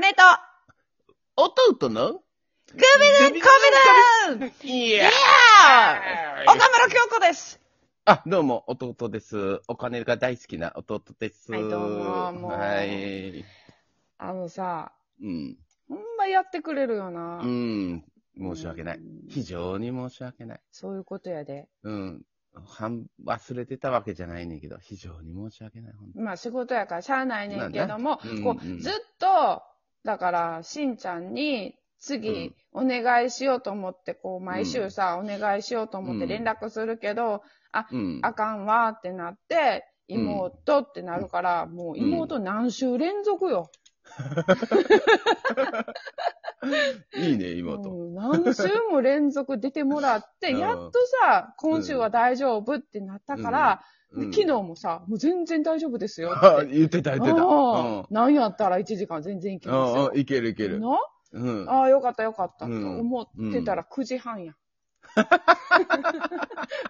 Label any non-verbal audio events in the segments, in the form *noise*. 姉と、弟のグビルコビルいいややー岡村京子ですあ、どうも、弟です。お金が大好きな弟です。はいどうももうはい。あのさ、うん。ほんまやってくれるよな。うん。申し訳ない。うん非常に申し訳ない。そういうことやで。うん。半忘れてたわけじゃないねんけど、非常に申し訳ない。ほんとまあ仕事やからしゃあないねんけども、まあなこうんうんうずっと、だから、しんちゃんに、次、お願いしようと思って、こう、毎週さ、お願いしようと思って連絡するけど、うん。あかんわーってなって、うん妹ってなるから、もう妹何週連続よ。いいね、妹。うん何週も連続出てもらって、 *laughs* うんやっとさ、今週は大丈夫ってなったから、うん昨日。もさ、もう全然大丈夫ですよって。 *laughs* あ言ってた、言ってた。うんああ。何やったら1時間全然いけますうんようん。いけるいける。なうん。ああ、よかったよかったとうん思ってたら9時半 *laughs* や。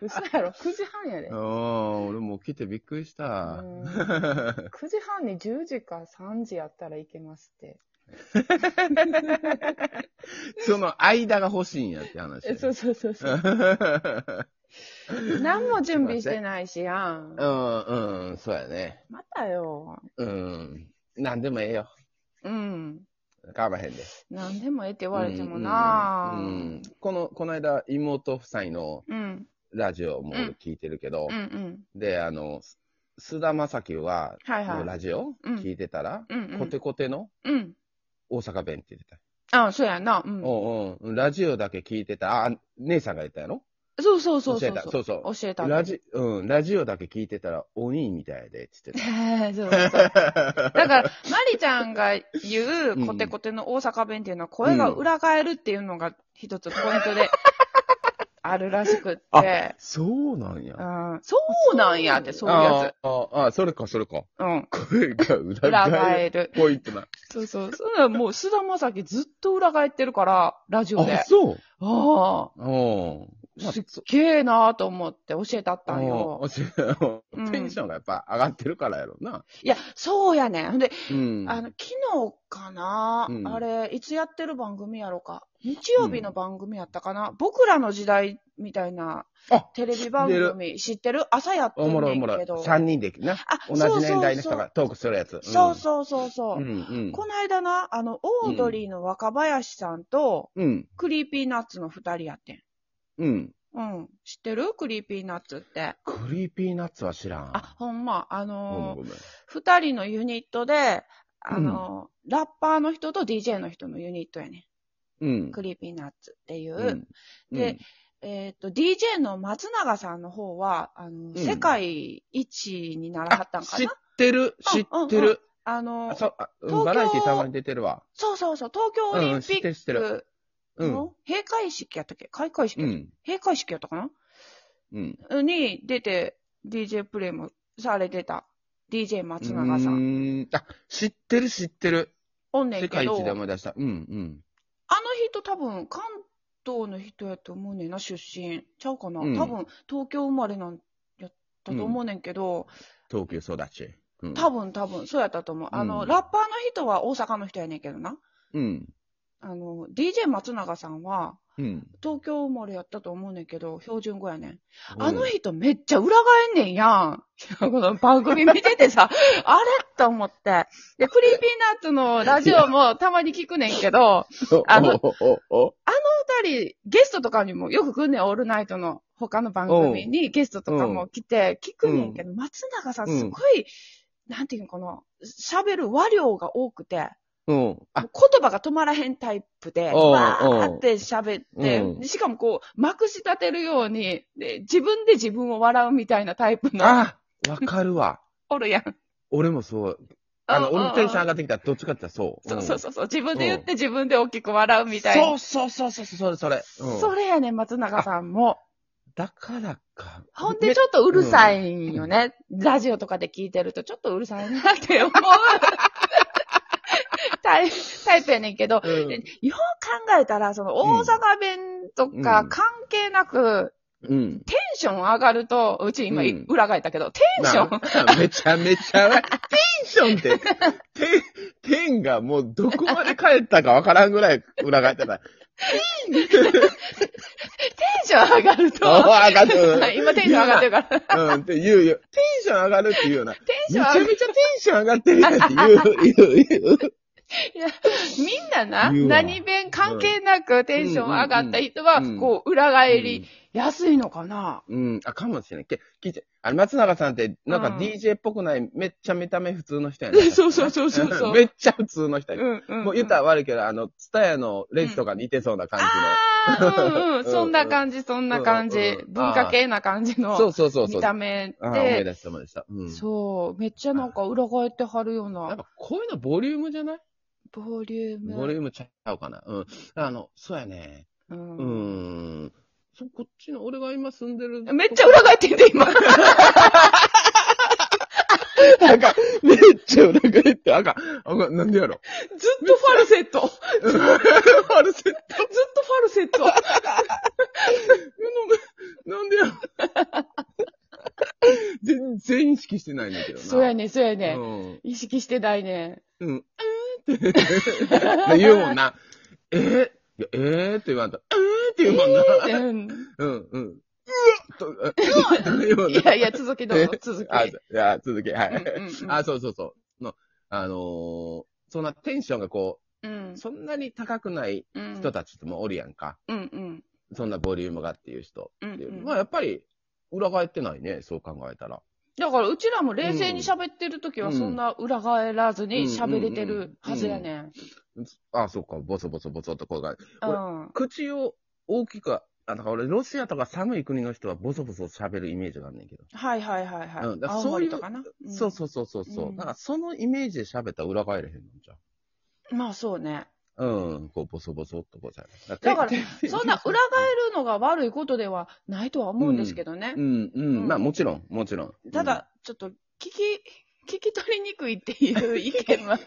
嘘やろ、9時半やで。ううんん、俺もう来てびっくりした。 9時半に10時か3時やったらいけますって。その間が欲しいんやって話。えそうそうそうそう。何も準備してないしやん *laughs* う。ん、うん、そうやね。またよ。うん。なんでもええよ。うん。かまへんで。何でもええって言われてもなうぁ。んうんこの、この間、妹夫妻のうん。ラジオも俺聞いてるけどうん。う、ん。で、あの、す菅田将暉は、はいはい。ラジオうん聞いてたら、うんうんコテコテのうん。大阪弁って言ってた。あそうやな。うん。おうんうん。ラジオだけ聞いてた。あ、姉さんが言ったやろそうそうそう教そえうた。。そうそう。教えた。ラジ、うん、ラジオだけ聞いてたら、鬼みたいで、つってた。 *laughs* そうそうだ *laughs* から、マリちゃんが言うんうコテコテの大阪弁っていうのは声が裏返るっていうのが一つポイント *laughs* であるらしくって、そうなんや。うん、そうなんやって、そういうやあーあー、それか、それか。つ。うん。声が裏返る。裏返る。ポイントな。そうそう。そんなもう菅田将暉ずっと裏返ってるから、ラジオで。あ、あそう。あ。おうん。まあすっげえなぁと思って教えたったんよ。うんうんテンションがやっぱ上がってるからやろな。いや、そうやねん。ほんで、うん。あの、昨日かな、うんあれ、いつやってる番組やろか。日曜日の番組やったかな、僕らの時代みたいなあテレビ番知っ組知ってる朝やっておんもろねいおもんろけい。ど。三人でな。あ同じ年代の人がトークするやつ。そうそうそうそう。んうん。この間な、あの、オードリーの若林さんと、うん。クリーピーナッツの二人やってん。うん。うん。知ってるクリーピーナッツって。クリーピーナッツは知らん。あ、ほんま、あごめのーんごめん。二人のユニットで、あの、ラッパーの人と DJ の人のユニットやね。うん。クリーピーナッツっていう。うんで、えっ、と、DJ の松永さんの方は、あの、ん世界一にならはったんか知っなてる、知ってる。ああの、そう、あ東うん京バラエティたまに出てるわ。そうそうそう、東京オリンピうん知ってる知ってックうん。の閉会式やったっけ開会式うやった、ん。閉会式やったかうん。なに出て、DJ プレイもされてた。DJ 松永さうーん。ん。あ、知ってる、知ってる。おんねん世け界ど。一で思い出した。うん、うん。あの人多分関東の人やと思うねんな、出身。ちゃうかな、うん多分東京生まれなんやったと思うねんけど、東京育ち。うん。多分多分そうやったと思う。あの、うんラッパーの人は大阪の人やねんけどな。うん。あの、DJ 松永さんはうん。東京生まれやったと思うねんけど、標準語やねん。うんあの人めっちゃ裏返んねんや *laughs* ん。この番組見ててさ、あれと思って。で、クリーピーナッツのラジオもたまに聞くねんけど、あのおおおお二人、ゲストとかにもよく来んねん、オールナイトの他の番組にゲストとかも来て、聞くねんけど、松永さんうんすごい、なんていうのかな、喋る和量が多くて、うん。もあう、言葉が止まらへんタイプで、おうわーって喋っうんて、でしかもこう、まくし立てるようにで、自分で自分を笑うみたいなタイプの、あ、わかるわ。おるやん。俺もそう。あの、うんうん俺うんもテンション上がってきたらどっちかって言ったらそう。そうそうそそうそう、自分で言って自分で大きく笑うみたいな。そうそうそうそう、それそれ。うんそれやねん、松永さんも。だからか。ほんで、めちょっとうるさいんよね。ラジオとかで聞いてると、ちょっとうるさいなって思 *laughs* う。タイプ、タイプやねんけど、うんでよう考えたら、その、大阪弁とうかん関係なく、うん。テンション上がると、うち今、うん裏返ったけど、テンション、なめちゃめちゃ、テンションって、て、天ンがもうどこまで帰ったかわからんぐらい裏返ってた。ンション上がると、お *laughs* ー *laughs* 上がってるはい今テンション上がってるから、テうん、って言うよ。テンション上がるって言うよな。ンめちションゃ上めがちゃテンション上がってるやんって言う、言う、言う。みんなな、言うわ何弁関係なくテンション上がった人は、うんうんうんこう、裏返りやすいのかな、うん、あ、かもしれない。け、聞いて、あれ、松永さんって、なんうかん。DJ っぽくない、めっちゃ見た目普通の人やね *laughs* そうそうそうそうそうめっちゃ普通の人やね。うんうんもう言ったら悪いけど、あの、ツタヤのレジとか似てそうな感あーうん *laughs* うん。うんそんな感じ、そんな感うんじうん。うん文化系な感じじの。そのうそうそうそう。見た目あー思いで。出した思い出した。うん。そう。めっちゃなんか裏返ってはるようなんな。か、こういうのボリュームじゃないボリューム。ボリュームちゃうかな。うん。あの、そうやね。うんうーん。そ、こっちの、俺が今住んでる。めっちゃ裏返ってんで、 *laughs* 今。なんか、 *laughs* めっちゃ裏返って、あかん。あかん、なんでやろ。ずっとファルセット。 *laughs* ずっあれ、 *laughs* せ、とファルセット。なんでやろ。 *laughs* 全然意識してないんだけどな。そうやね、そうやねね。。意識してないね。うん。うん。って *laughs* 言うもんな。えー、いやえーって言わんと、えーって言うもんな。うん。うん、うん。うわと、うわって *laughs* 言うもんいな。やいや、続きどうぞ、 *laughs* 続き。あ、じゃあ続け、はうんい。あ、そうそうそう。の、あのーそんなテンションがこうんう、そんなに高くないうん。人たちってもおるやんか。うんうん。そんなボリュームがっていう人うんうっていう。んまあやっぱり、裏返ってないね、そう考えたら。だから、うちらも冷静に喋ってるときは、うんそんな裏返らずに喋れてるはずやねあ、そっか、ボソボソボソとこうん。が。ううん。口を大きく、あ、だから俺、ロシアとか寒い国の人はボソボソ喋るイメージがあんねんけど。はいはいはいはい。うんだから青そうい森うとかな。んそうそうそうそうそう。うんなんかそのイメージで喋ったら裏返れへんのじゃん。まあそうね。うん、こう、ボソボソっとこうじゃだだから、 *laughs* てそんな裏返るのが悪いことではないとは思うんですけどねう。ん、ううんん、まあもちろん、もちろん。ただ、ちょっと聞き、聞き取りにくいっていう意見 *laughs* は、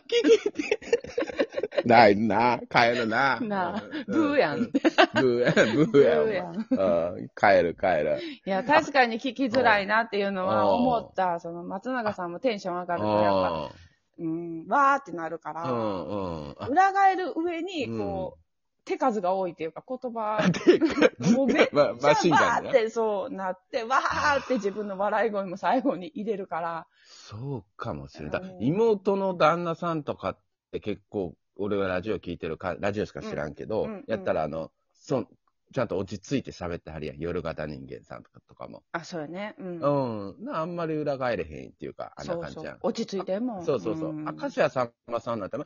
うん、ないな、帰るな。 *laughs* なあうんブーやん。ブーやん、ブーやん。やん。お前うん、帰る、帰る。いや、確かに聞きづらいなっていうのは思った。その松永さんもテンション上がると、やっぱ、うん、わーってなるかうら、ん、うん。あ裏返る上に、こう、手数が多いっていうか、言葉、 *laughs* もうめっまあ、じゃマシンあガわンーっね。てそうなって、わーって自分の笑い声も最後に入れるから、そうかもしれない。だうん妹の旦那さんとかって結構、俺はラジオ聞いてるか、ラジオしか知らんけど、うんうんやったらあの、そんちゃんと落ち着いて喋ってはるやん。夜型人間さんとかとかも。あ、そうよね。うん。うん。なあんまり裏返れへんっていうか、あんなそう感じそや。。うん落ち着いてんもん。そうそうそう。ん明石家さんまさんなんて、あ *laughs*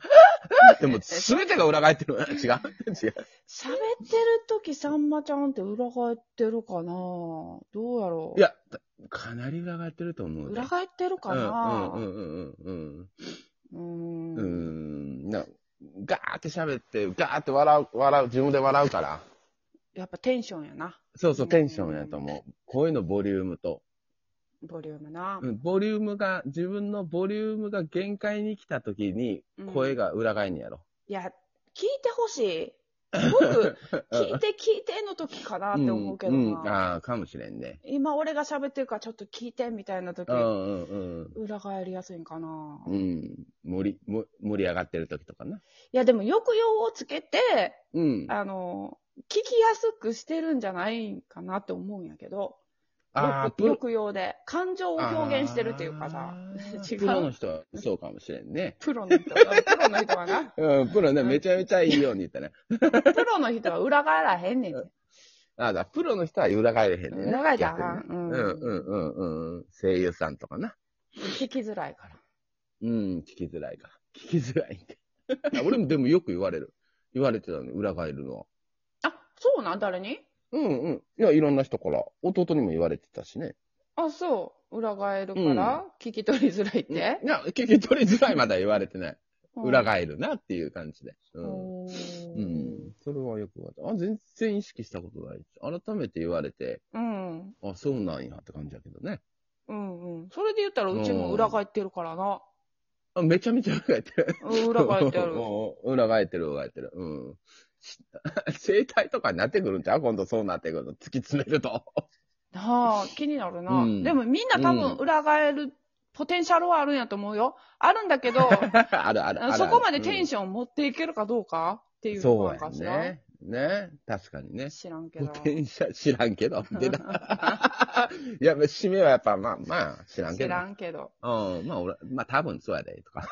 あでも、すべてが裏返ってる。違う違う。喋ってる時さんまちゃんって裏返ってるかなどうやろういや、かなり裏返ってると思うで。裏返ってるかなうんうんうんうんうん。うーんうーんな、ガーって喋って、ガーって笑う、笑う、自分で笑うから。やっぱテンションやな。そうそう、テンションやと思う。声のボリュームと。ボリュームな。うんボリュームが、自分のボリュームが限界に来た時にうん、声が裏返んねやろ。いや、聞いてほしい。すごく、聞いて聞いての時かなって思うけどな。んんああ、かもしれんね。今俺が喋ってるからちょっと聞いてみたいな時う、んうんうん。裏返りやすいんかな。ういん。盛り、も盛り上がってる時とかな。や、でも抑揚をつけて、うん。あの、聞きやすくしてるんじゃないんかなって思うんやけど。あー抑抑揚で、感情を表現してるっていうかさ、あー違うプロの人はそうかもしれんね。プロの人 *laughs* は、プロの人はな、うん、プロね、めちゃめちゃいいように言ったね。プロの人は裏返らへんねんて。ああ、だからプロの人は裏返れへんね。裏返ったらあかん逆うにねんうんうんうんうんうん。声優さんとかな。聞きづらいから。うん、聞きづらいか。聞きづらいん *laughs* か。俺もでもよく言われる。言われてたね、裏返るのは。あ、そうなん誰にうんうん。いや、いろんな人から。弟にも言われてたしね。あ、そう。裏返るから、聞き取りづらいっうんいて。や、聞き取りづらいまだ言われてない。うん裏返るなっていう感じで。うん。おうーん。それはよく言われた。あ、全然意識したことない。改めて言われて、うん。うん。あ、そうなんやって感じだけどね。うんそれで言ったら、うちも裏返ってるからな。あ、めちゃめちゃ裏返ってる。うん裏返ってあ *laughs* る。うん裏返ってる、裏返ってる。うん。 *laughs* し生態とかになってくるんちゃう今度そうなってくるの。突き詰めると。 *laughs* なあ、気になるな。うんでもみんな多分裏返るポテンシャルはあるんやと思うよ。あるんだけど、 *laughs* あるあるある。そこまでテンシション持っていけるかどうかっていうのそうなんやかしら、ね。ね。確かにね。知らんけポど。テンシャル知らんけ *laughs* ど。出た *laughs* いや、締めはやっぱ、まあまあ、知らんけ知ど。らんけど。うん。まあ俺、まあ多分そうやで、とか。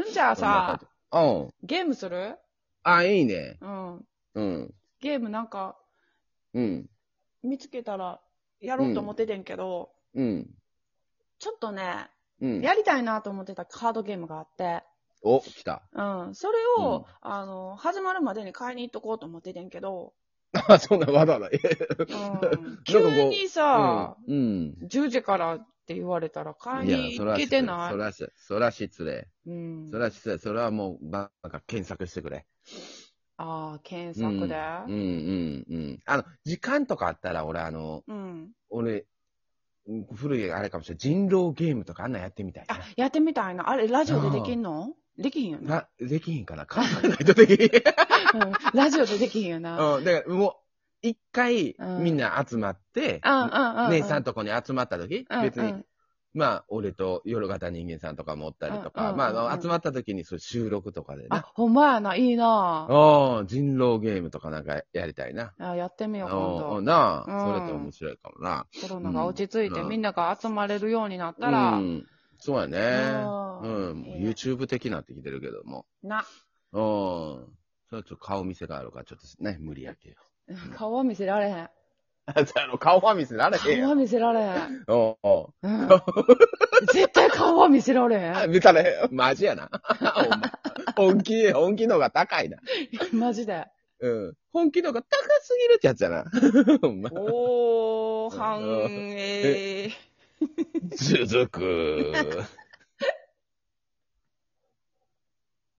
んじゃあさ、うん。ゲームするあ、いいね。うん。うん。ゲームなんかうん。見つけたらやろうと思っててんけど、うん。ちょっとね、うん。やりたいなと思ってたカードゲームがあって、お、来た。 *laughs* うん。それを、あの、始まるまでに買いに行っとこうと思っててんけど、あ、そんなわざわざ。え、うん *laughs* なんかこ急うにさ、うん。 10時からって言われたら買いいやに、そ行れはけ失て礼。ないそ。らし、そら失礼。うんそ。ら失礼。それはもう、ば、なんか検索してくれ。ああ、検うん索で。うんうんうん。あの、時間とかあったら、俺、あの、うん。俺、うん古いあれかもしれない。人狼ゲームとかあんなんやってみたいあな。、やってみたいな。あれ、ラジオでできんのできひんよな。が、できひんかな。考えないとできひん。 *laughs* うんラジオでできひんよな。うん。だから、もう、一回う、んみんな集まって、うんうんうん。姉さんとこに集まった時、うん、別うにん、まあ、俺と夜型人間さんとかもおったりとうんか、うんまうんああうの、ん集まった時にそう収録とかでね。あ、ほんまやな。いいな。ああ、人狼ゲームとかなんかやりたいな。あやってみよう、お今度。なあ、うんそれって面白いかもな。コロナが落ち着いて、うんみんなが集まれるようになったら、うん、そうやね。ううんん、もういいね YouTube 的になってきてるけども。な、うん。それはちょっと顔見せがあるから、ちょっとね、無理やけど。顔は見せられへん。あそうやろ顔は見せられへん顔やはん。見せられへん。おうおううん、絶対顔は見せられへあん。見たらへん。マジやな。 *laughs* お前本気、本気のが高いな。マジ *laughs* で。うん。本気のが高すぎるってやつやな。 *laughs* ほんま。おー、繁栄。続く。